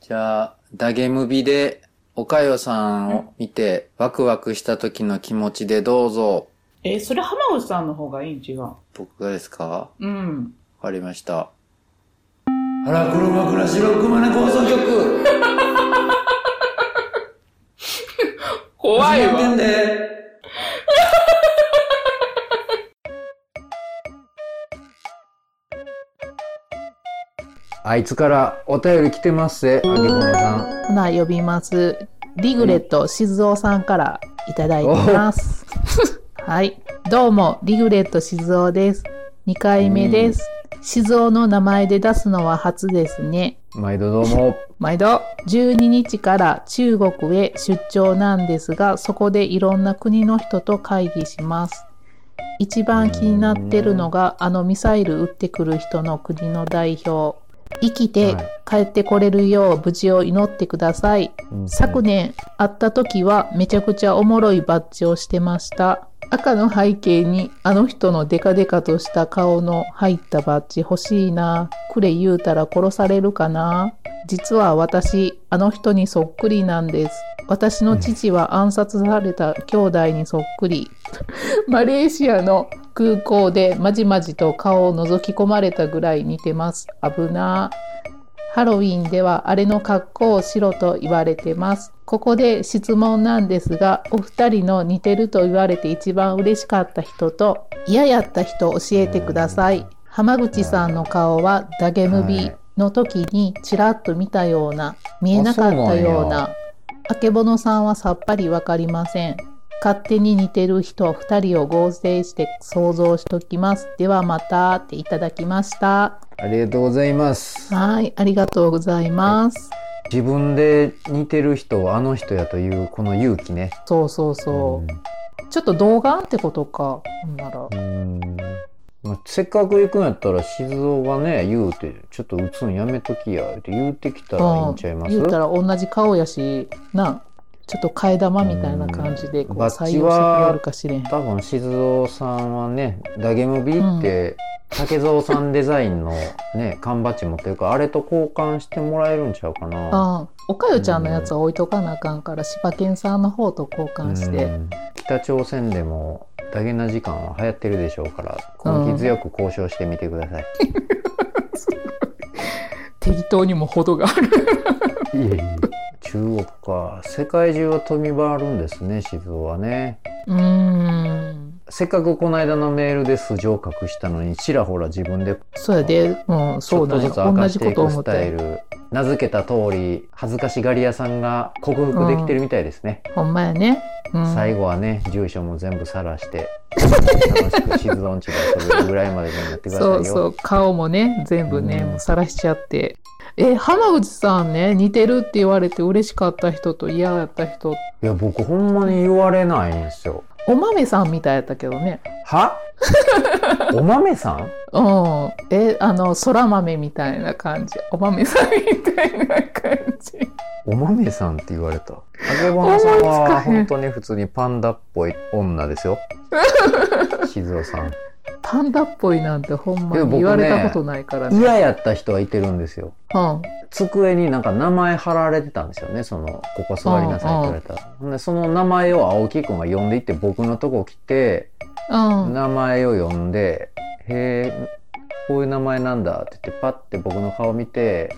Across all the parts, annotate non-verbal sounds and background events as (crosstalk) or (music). じゃあ、ダゲムビで、おかよさんを見て、ワクワクした時の気持ちでどうぞ。えーそれ浜口さんの方がいいん違う。僕がですかわうん。かりました。腹黒幕ラシロックマナ放送局怖いわ。で (laughs) あいつからお便り来てますぜ、あげぼのさん。ほな、呼びます。リグレット静雄さんからいただいてます。はい。どうも、リグレット静雄です。2回目です。静雄の名前で出すのは初ですね。毎度どうも。毎度、12日から中国へ出張なんですが、そこでいろんな国の人と会議します。一番気になってるのが、あのミサイル撃ってくる人の国の代表。生きて帰ってこれるよう無事を祈ってください。うん昨年会った時はめちゃくちゃおもろいバッジをしてました赤の背景にあの人のデカデカとした顔の入ったバッジ欲しいなくれ言うたら殺されるかな実は私あの人にそっくりなんです私の父は暗殺された兄弟にそっくりマレーシアの空港でまじまじと顔を覗き込まれたぐらい似てます危なーハロウィンではあれの格好をしろと言われてます。ここで質問なんですが、お二人の似てると言われて一番嬉しかった人と嫌やった人教えてください。浜口さんの顔はダゲムビの時にちらっと見たような、見えなかったような、あけぼのさんはさっぱりわかりません。勝手に似てる人二人を合成して想像しときます。ではまたっていただきました。ありがとうございます。はい、ありがとうございます。自分で似てる人をあの人やというこの勇気ね。そうそうそう。ちょっと動画ってことか。ほんならう。ん。うんまあ、せっかく行くんやったら静雄がね言うてちょっと打つんやめときやって言うてきたらいいんちゃいます言うたら同じ顔やし、な、ちょっと替え玉みたいな感じでこうんうバッジ採用してくはれるかしれん。多分静雄さんはねダゲムビって、竹蔵さんデザインのね缶バッジ持ってるからあれと交換してもらえるんちゃうかな。ああ、おかよちゃんのやつは置いとかなあかんから、柴犬さんの方と交換して。うん北朝鮮でもダゲな時間は流行ってるでしょうから根気強く交渉してみてください。適当にも程がある。いえいえ中国か世界中を飛び回るんですね静雄はねうーん。せっかくこの間のメールで素性を隠したのにちらほら自分でそうやで、うん、ちょそうっとだずね。つ明同かしじてこいとく思っスタイて。ル名付けた通り恥ずかしがり屋さんが克服できてるみたいですね、ほんまやね。うん。最後はね住所も全部さらして楽しく静雄んちで遊べるぐらいまでになってくださいそようそう顔もね全部ね、うんもう晒しちゃってえ浜口さんね似てるって言われて嬉しかった人と嫌やった人いや僕ほんまに言われないんですよお豆さんみたいやったけどねは (laughs) お豆さんうんえあのそら豆みたいな感じお豆さんみたいな感じお豆さんって言われた。あげぼのさん思いつかはへん本当に普通にパンダっぽい女です (laughs) よ。静雄さん。パンダっぽいなんてほんまいやに僕ね言われたことないからね嫌やった人はいてるんですよ。うん机になんか名前貼られてたんですよね。その、ここ座りなさいって言われた。ほんでその名前を青木くんが呼んでいって僕のとこ来て、うん名前を呼んで、へえ、こういう名前なんだって言ってパッて僕の顔見て、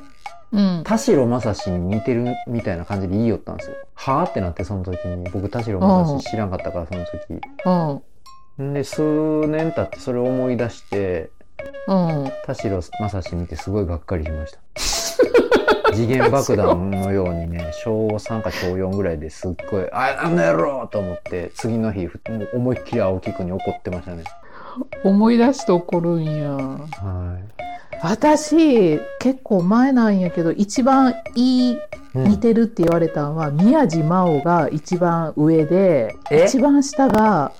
うん田代正史に似てるみたいな感じで言いよったんですよ。はあってなってその時に、僕田代正史知らんかったからその時。うんで数年経ってそれを思い出してうん田代正史見てすごいがっかりしました (laughs) 次元爆弾のようにね小3か小4ぐらいですっごい「ああの野郎!」と思って次の日ふもう思いっきり青木くんに怒ってましたね思い出して怒るんやは私結構前なんやけど一番いいい、うん似てるって言われたのは宮地真央が一番上でえ一番下が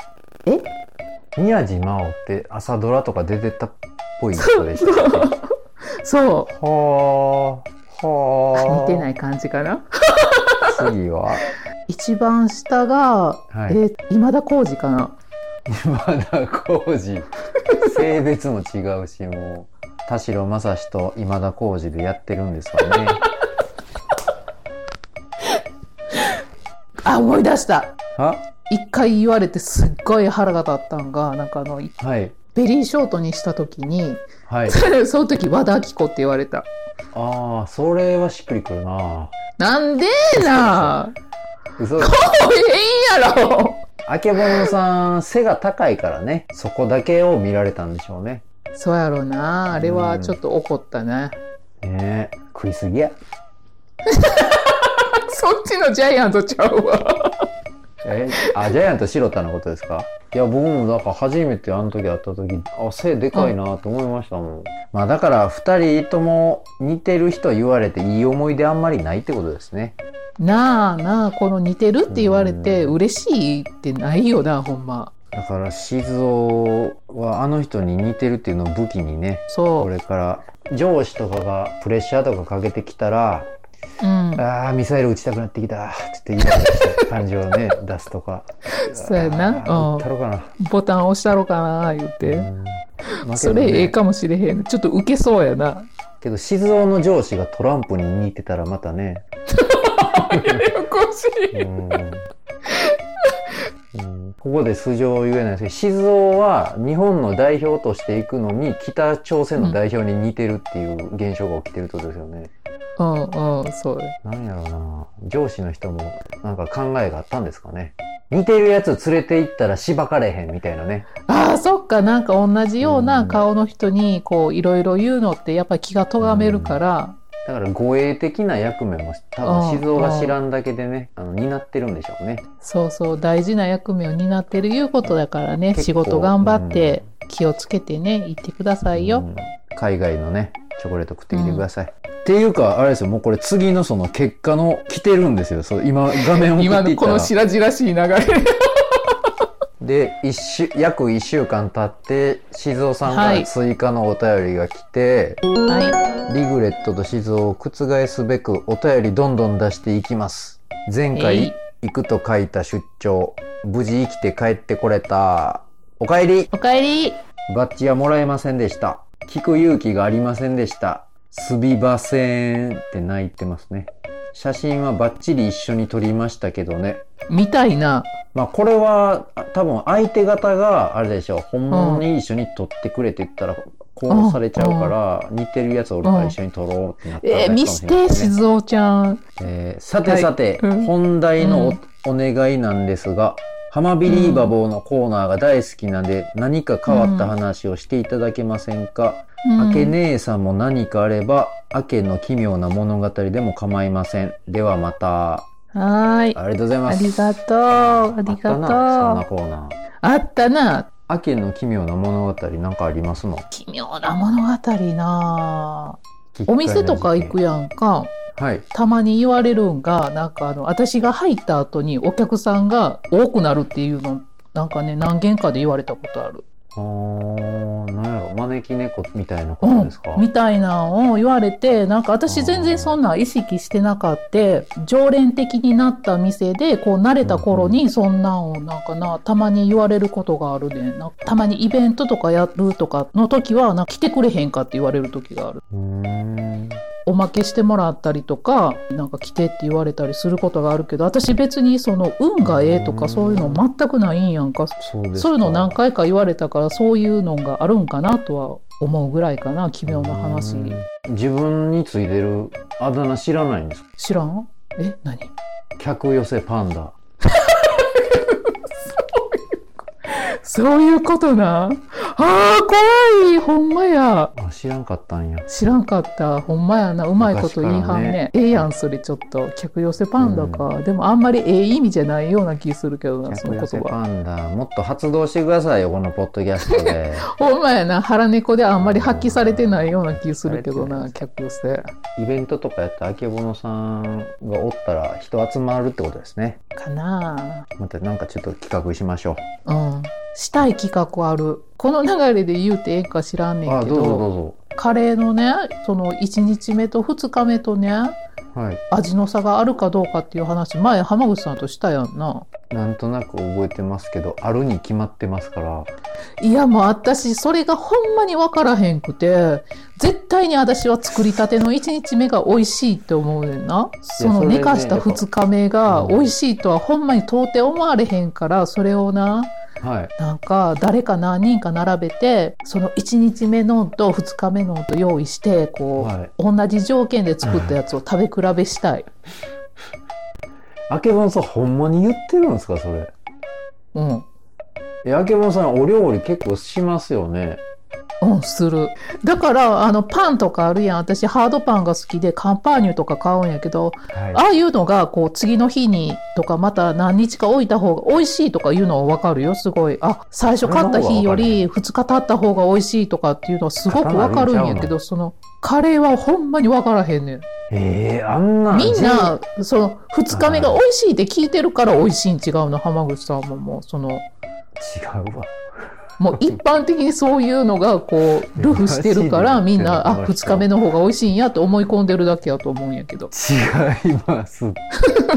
宮地真央って朝ドラとか出てたっぽい人でしたっけはそあはう似あてないい感じかな次は一番下が、はいえ今田耕司かな今田耕司性別も違う (laughs) しもう田代正史と今田耕司でやってるんですわねあ、思い出したは一回言われてすっごい腹が立ったんが、なんかあの、はい。ベリーショートにした時に、はい。 (laughs) その時和田アキ子って言われた。ああ、それはしっくりくるななんでーな嘘もうええんやろあけぼのさん、背が高いからね、そこだけを見られたんでしょうね。そうやろうな。あれはちょっと怒ったね。ねえ、食いすぎや。 (laughs) そっちのジャイアントちゃうわ。え、あ、ジャイアント白田のことですかいや、僕もだから初めてあの時会った時、あ、背でかいなと思いましたもん。まあだから、二人とも似てる人言われていい思い出あんまりないってことですね。なあなあ、この似てるって言われて嬉しいってないよな、ほんま。だから、静雄はあの人に似てるっていうのを武器にね、こそれから、上司とかがプレッシャーとかかけてきたら、う。うん。あーミサイル撃ちたくなってきたって言って言いたくなった感じをね出すとか (laughs) そうやなあーうん撃ったろかなボタン押したろかな、言うて。うんまあそれけどねええかもしれへん。ちょっとウケそうやな。けど静雄の上司がトランプに似てたらまたねややこしい。うんうんここで素性を言えないですけど静雄は日本の代表としていくのに北朝鮮の代表に似てるっていう現象が起きてるってことですよね、うんうん、そう。なんやろうな上司の人もなんか考えがあったんですかね似てるやつ連れて行ったらしばかれへんみたいなねああ、そっか、なんか同じよううなん顔の人に、こう、いろいろ言うのって、やっぱり気が咎めるから、だから護衛的な役目も多う分ん静雄が知らんだけでねあの担ってるんでしょうね。そうそう、大事な役目を担ってるいうことだからね、結構仕事頑張って、気をつけてね、行ってくださいよ。うん海外のねチョコレート食ってきてください。っていうかあれですよもうこれ次のその結果の来てるんですよそう今画面を送今っていったのこらの白々しい流れ。で一週約1週間経って静雄さんかはらい追加のお便りが来て、はい。リグレットと静雄を覆すべくお便りどんどん出していきます。前回、行くと書いた出張無事生きて帰ってこれたおかえりおかえり。バッジはもらえませんでした。聞く勇気がありませんでした。すみませんって泣いてますね。写真はバッチリ一緒に撮りましたけどね。みたいな。まあこれはあ多分相手方があれでしょう。本物に一緒に撮ってくれって言ったらこうされちゃうから似てるやつおるから一緒に撮ろうってなったらえー、ね見して、かもれないですね静雄ちゃん。えーさてさて、はいうん本題のお,、願いなんですが、ハマビリーバボーのコーナーが大好きなんで、何か変わった話をしていただけませんか、うんあけ姉さんも何かあれば、あけの奇妙な物語でも構いません。ではまた。はーい。ありがとうございまあす。りがとう。ありがとあったな、そんなう。コーナー。あったな。あけの奇妙な物語なんかありますの奇妙な物語なお店とか行くよ。やんか。はい。たまに言われるんが、なんかあの、私が入った後にお客さんが多くなるっていうの、なんかね、何件かで言われたことある。あー、なんやろ、招き猫みたいなこうとんですか、。みたいなんを言われて、なんか私全然そんなん意識してなかった。常連的になった店で、こう慣れた頃にそんなんをなんかな、たまに言われることがあるね。なんかたまにイベントとかやるとかの時は、なんか来てくれへんかって言われる時がある。うーんおまけしてもらったりとか、なんか来てって言われたりすることがあるけど、私別にその運がええとうかんそういうの全くないんやんか。そうですかそういうの何回か言われたから、そういうのがあるんかなとは思うぐらいかな、奇妙な話。うん自分についてるあだ名知らないんですか知らんえ何客寄せパンダそういうことな。ああ、怖いほんまや。あ知らんかったんや知らんかった。ほんまやな。うまいこと言いはんね。ええやん、それちょっと。客寄せパンダか。でもあんまりええ意味じゃないような気するけどな、その客言寄せ葉。パンダもっと発動してくださいよこのポッドキャスト (laughs) でほんまやな。腹猫であんまり発揮されてないような気するけどさな、れ客寄せ。イベントとかやったらあけぼのさんがおったら人集まるってことですねかなまたなんかちょっと企画しましょあうん。したい企画ある。この流れで言うてええんか知らんうねあんけどうぞど、どうぞカレーのね、その1日目と2日目とね、はい。味の差があるかどうかっていう話前浜口さんとしたやんななんとなく覚えてますけど、あるに決まってますから。いやもう私それがほんまに分からへんくて絶対に私は作りたての1日目が美味しいと思うねんなそのそれね寝かした2日目が美味しいとはほんまに到底思われへんからそれをなはい。なんか誰か何人か並べてその1日目のと2日目のと用意してこ、はいう同じ条件で作ったやつを食べ比べしたい。あけぼんさん、ほんまに言ってるんですか、それ。うんえ、あけぼんさん、お料理結構しますよね。うん、する。だから、あの、パンとかあるやん。私、ハードパンが好きで、カンパーニュとか買うんやけど、はい。ああいうのが、こう、次の日にとか、また何日か置いた方が美味しいとかいうのはわかるよ、すごい。あ、最初買った日より2日経った方が美味しいとかっていうのはすごくわかるんやけど、その、カレーはほんまにわからへんねん。えー、あんなみんな、その、2日目が美味しいって聞いてるから美味しいに違うの、浜口さんももう、その、全然違うわ。もう一般的にそういうのがこ (laughs) うルフしてるからみんなあ2日目の方が美味しいんやと思い込んでるだけやと思うんやけど違います。 1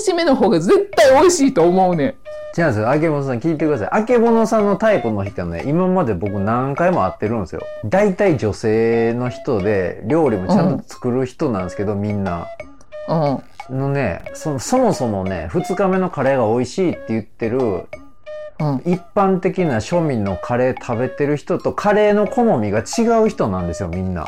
日目の方が絶対美味しいと思うねん違うんですよ。あけぼのさん聞いてください。あけぼのさんのタイプの人ね、今まで僕何回も会ってるんですよ。大体女性の人で、料理もちゃんと作る人なんですけど、みんな。うんのねそ、そもそもね、2日目のカレーが美味しいって言ってる、うん一般的な庶民のカレー食べてる人と、カレーの好みが違う人なんですよ、みんな。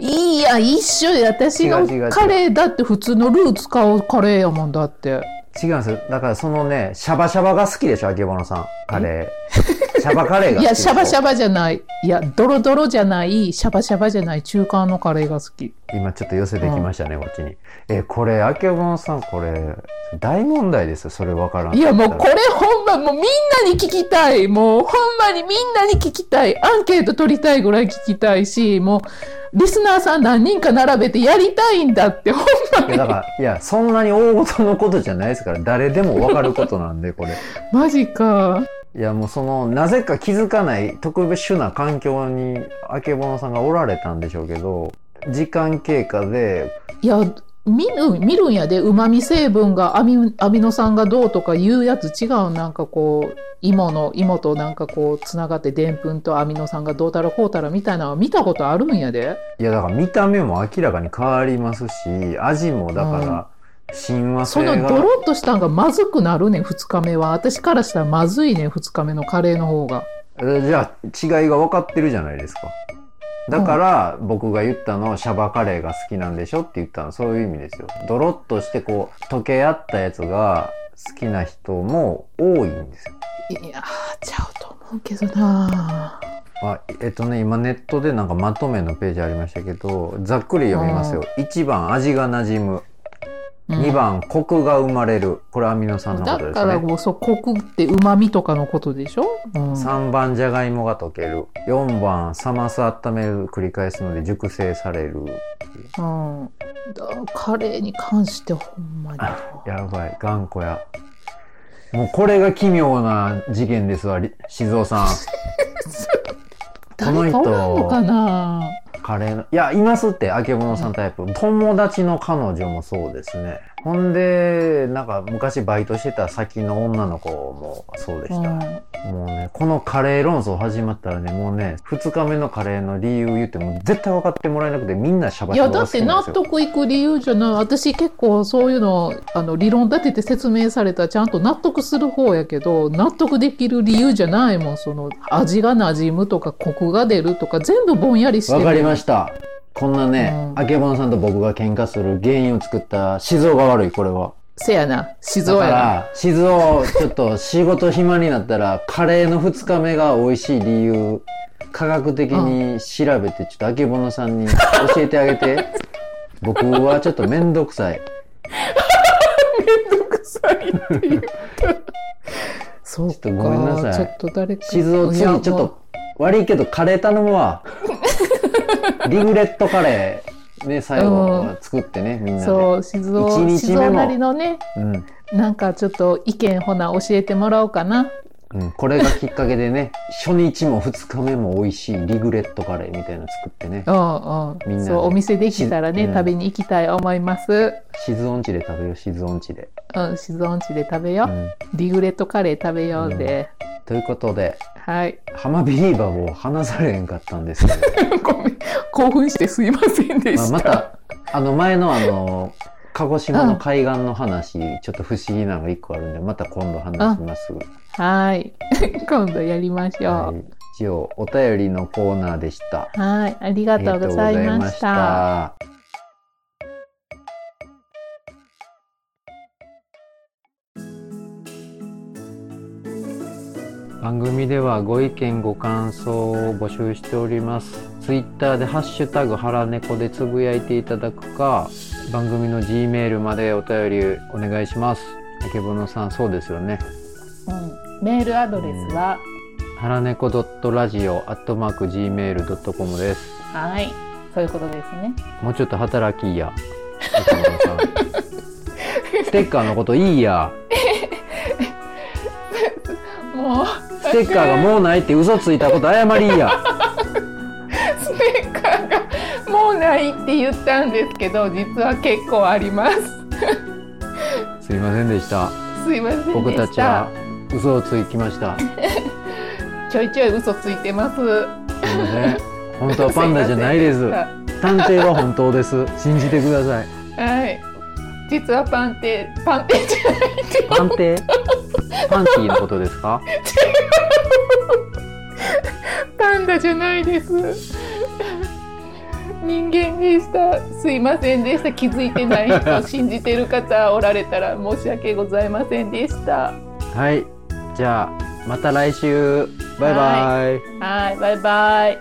いや一緒で私の違う違う違うカレーだって普通のルー使うカレーやもんだって違うんですよ。だからそのね、シャバシャバが好きでしょ、あけぼのさん。カレ (laughs) ー。シャバカレーが好きでしょ。いやシャバシャバじゃないいやドロドロじゃないシャバシャバじゃない中間のカレーが好き今ちょっと寄せてきましたね、こっちに。え、これ、あけぼんさん、これ、大問題ですよ、それわからん。いやもうこれほんまもうみんなに聞きたいもうほんまにみんなに聞きたいアンケート取りたいぐらい聞きたいしもうリスナーさん何人か並べてやりたいんだってほんいやだから、いや、そんなに大事のことじゃないですから、誰でもわかることなんで、これ。マジかいや、もうその、なぜか気づかない特別な環境に、あけぼのさんがおられたんでしょうけど、時間経過で、いや見る見るんやでうまみ成分がアミアミノ酸がどうとかいうやつ違うなんかこう芋の芋となんかこうつながってでんぷんとアミノ酸がどうたらこうたらみたいなのは見たことあるんやでいや、だから見た目も明らかに変わりますし、味もだから、親和そ性のが。ドロッとしたんがまずくなるねん2日目は私からしたらまずいねん2日目のカレーの方がえじゃあ違いが分かってるじゃないですか。だから僕が言ったのはシャバカレーが好きなんでしょって言ったのそういう意味ですよ。ドロッとしてこう溶け合ったやつが好きな人も多いんですよ。いやーちゃうと思うけどなあえっとね今ネットでなんかまとめのページありましたけどざっくり読みますよ。1番味が馴染む。ー、うん2番コクが生まれる。これアミノ酸のことだでかすらね。もうそうコクってうまみとかのことでしょ、うん、 3番じゃがいもが溶ける。4番冷ます温める繰り返すので熟成される。うんだカレーに関してほん (laughs) まにやばい、頑固や。もうこれが奇妙な事件ですわ、り静雄さん。誰かおらんのかなカレーの。いや、いますって、あけぼのさんタイプ。友達の彼女もそうですね。ほんで、なんか昔バイトしてた先の女の子もそうでした。もうね、このカレー論争始まったらね、もうね、2日目のカレーの理由言っても絶対分かってもらえなくて、みんなシャうバん、いシャやバがだ好っきなてん納ですよ。得いく理由じゃない私結構そういうのあの理論立てて説明されたらちゃんと納得する方やけど納得できる理由じゃないもんその味が馴染むとかコクが出るとか全部ぼんやりしてわるかりました。こんなね、うんあけぼのさんと僕が喧嘩する原因を作った静雄が悪い、これは。せやな静だ岡かやなら、静雄、ちょっと仕事暇になったら、カレーの2日目が美味しい理由、科学的に調べて、ちょっとあけぼのさんに教えてあげて。 (laughs) 僕はちょっとめんどくさい。めんどくさいっていうそうちかょっとごめんなさいちょっと誰か静雄、いや次ちょっと、悪いけどカレー頼むわ。リグレットカレー、ね、最後う作ってね、みんもなで。うそう静岡一日目も静岡なりのねうん。なんかちょっと意見ほな教えてもらおうかなうん、これがきっかけでね、初日も二日目も美味しいリグレットカレーみたいなの作ってね、うんみんう。なんでそう、お店できたらね、うん食べに行きたい思います。静音地で食べよう、静音地で。うん、静音地で食べうよう。ん、リグレットカレー食べようで。ということで、はい。 (laughs) 浜ビリーバーを話されへんかったんですけど、ごめん。興奮してすいませんでまあ、した。また、あの前のあの、鹿児島の海岸の話、ちょっと不思議なのが一個あるんで、また今度話します。はい。 (laughs) 今度やりましはょい、以上、お便りのコーナーでした。う。はい。ありがとうございました。ありがとうございました。番組ではご意見ご感想を募集しております。ツイッターでハッシュタグハラネコでつぶやいていただくか、番組の G メールまでお便りお願いします。あけぼのさん、そうですよね。うん、メールアドレスは、ハラネコドットラジオアットマーク gmail ドットコムです。はい。そういうことですね。もうちょっと働きいや。ステッカーのこといいや。もう、ステッカーがもうないって嘘ついたこと謝りいや。ステッカーがもうないって言ったんですけど、実は結構あります。すいませんでした。すいませんでした。僕たちは嘘をついきました。すいちょいちょい嘘ついてます。ません。本当はパンダじゃないです。すいま探偵は本当です。信じてください。せんでしたはい。実はパンテ、パンテじゃないって。パンテパンティーのことですかパンダじゃないです。 (laughs) 人間でした。すいませんでした。気づいてない人、信じてる方おられたら申し訳ございませんでした。はい。じゃあ、また来週。バイバイ。はい、バイバイ。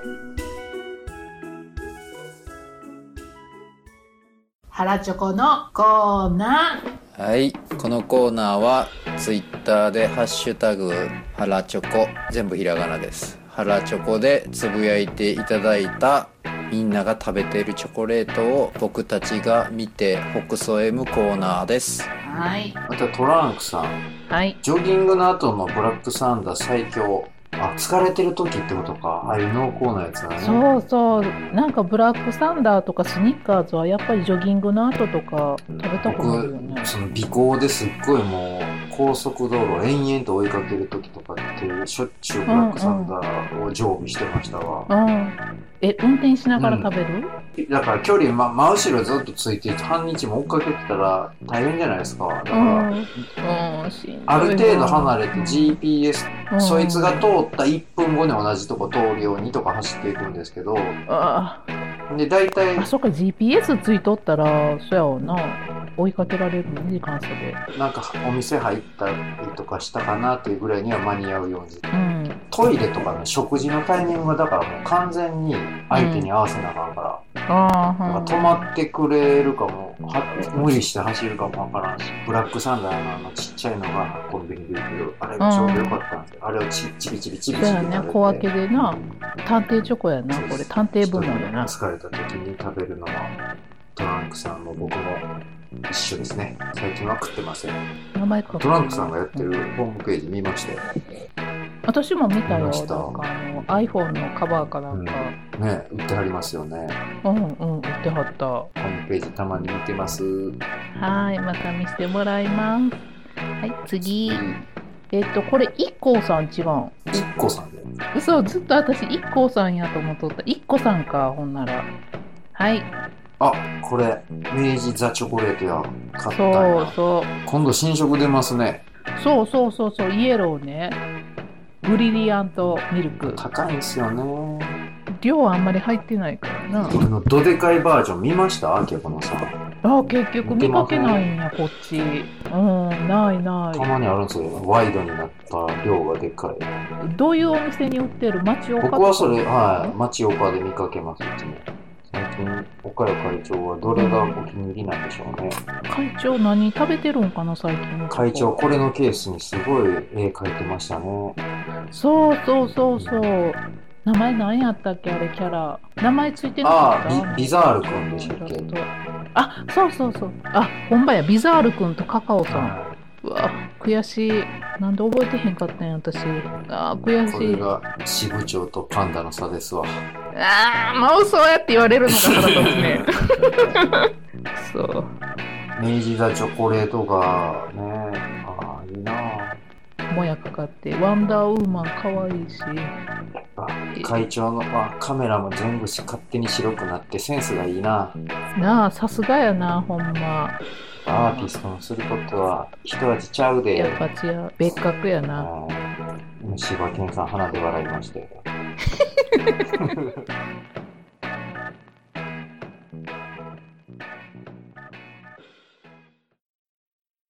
ハラチョコのコーナー。はい、このコーナーはツイッターでハッシュタグハラチョコ全部ひらがなです。ハラチョコでつぶやいていただいたみんなが食べているチョコレートを僕たちが見て北総 M コーナーです。はい。またトランクさん、はい。ジョギングの後のブラックサンダー最強。あ、疲れてる時ってことか。ああいう濃厚なやつだね。そうそう。なんかブラックサンダーとかスニッカーズはやっぱりジョギングの後とか食べたくなるよね僕。その尾行ですっごいもう高速道路延々と追いかける時とかってしょっちゅうブラックサンダーを常備してましたわ、うん。え、運転しながら食べる、だから距離、ま、真後ろずっとついて半日も追っかけてたら大変じゃないですかだかうら、ん。うん、しんどいなある程度離れて GPS、うんそいつが通った1分後に同じとこ通るようにとか走っていくんですけどあで大体あ、そっか、GPS ついとったら、そやわな。追いかけられるもんね、時間差で。なんかお店入ったりとかしたかなっていうぐらいには間に合うようにうん。トイレとかの食事のタイミングがだからもう完全に相手に合わせなあかんから、ああ、だから止まってくれるかもは無理して走るかもわからんしブラックサンダーのあのちっちゃいのがコンビニで売ってるあれがちょうどよかったんですよ、あれをちちびちびちびちびそうやね小分けでなうん探偵チョコやな、これ。探偵部門やな。疲れた時に食べるのはトランクさんも僕も一緒ですね最近は食ってません名前かトランクさんがやってるホームページ見ましたよ私も見見たよ。まなんしたかあの iPhone のカバーかなんか。ね売ってはりますよねうんうん、売ってはった。ホームページたまに見てますはい、また見せてもらいます。はい、次。えっと、これ、一 k さん違うん。一個さんで。嘘、ずっと私、一 k さんやと思っとった。一 k さんか、ほんなら。はい、あ、これ、明治ザチョコレートや。買ったんそやうそう。今度新色出ますね。そうそうそうそう、イエローね。ブリリアントミルク。高いんすよね。量あんまり入ってないからな。このどでかいバージョン見ましたアーケコのさん。あ結局見かけないんやこっちうんないなたまにあるんですよ。ワイドになった量がでかい。いどういうお店に売ってる町岡僕はそれ、はい、町岡で見かけます、いつも。最近、岡谷会長はどれがお気に入りなんでしょうね。会長何食べてるんかな最近会長、これのケースにすごい絵描いてましたね。そうそうそうそう名前何やったっけあれキャラ名前ついてなかったあビビザール君でしたっけあそうそうそうあほんまやビザール君とカカオさんうわ悔しいなんで覚えてへんかったんや、私。ああ、悔こしれい。が支部長とパンダの差ですわ。ああ、もうそうやって言われるのが腹立つね。 (laughs) (laughs) そう。明治座チョコレートがね、ああ、いいなあもやかかって、ワンダーウーマン可愛いし。会長の、あ、カメラも全部し勝手に白くなってセンスがいいななあ、さすがやな、ほんま。アーティストのすることは一味ちゃうで。やっぱ違う。別格やな。うん柴犬さん鼻で笑いましたよ。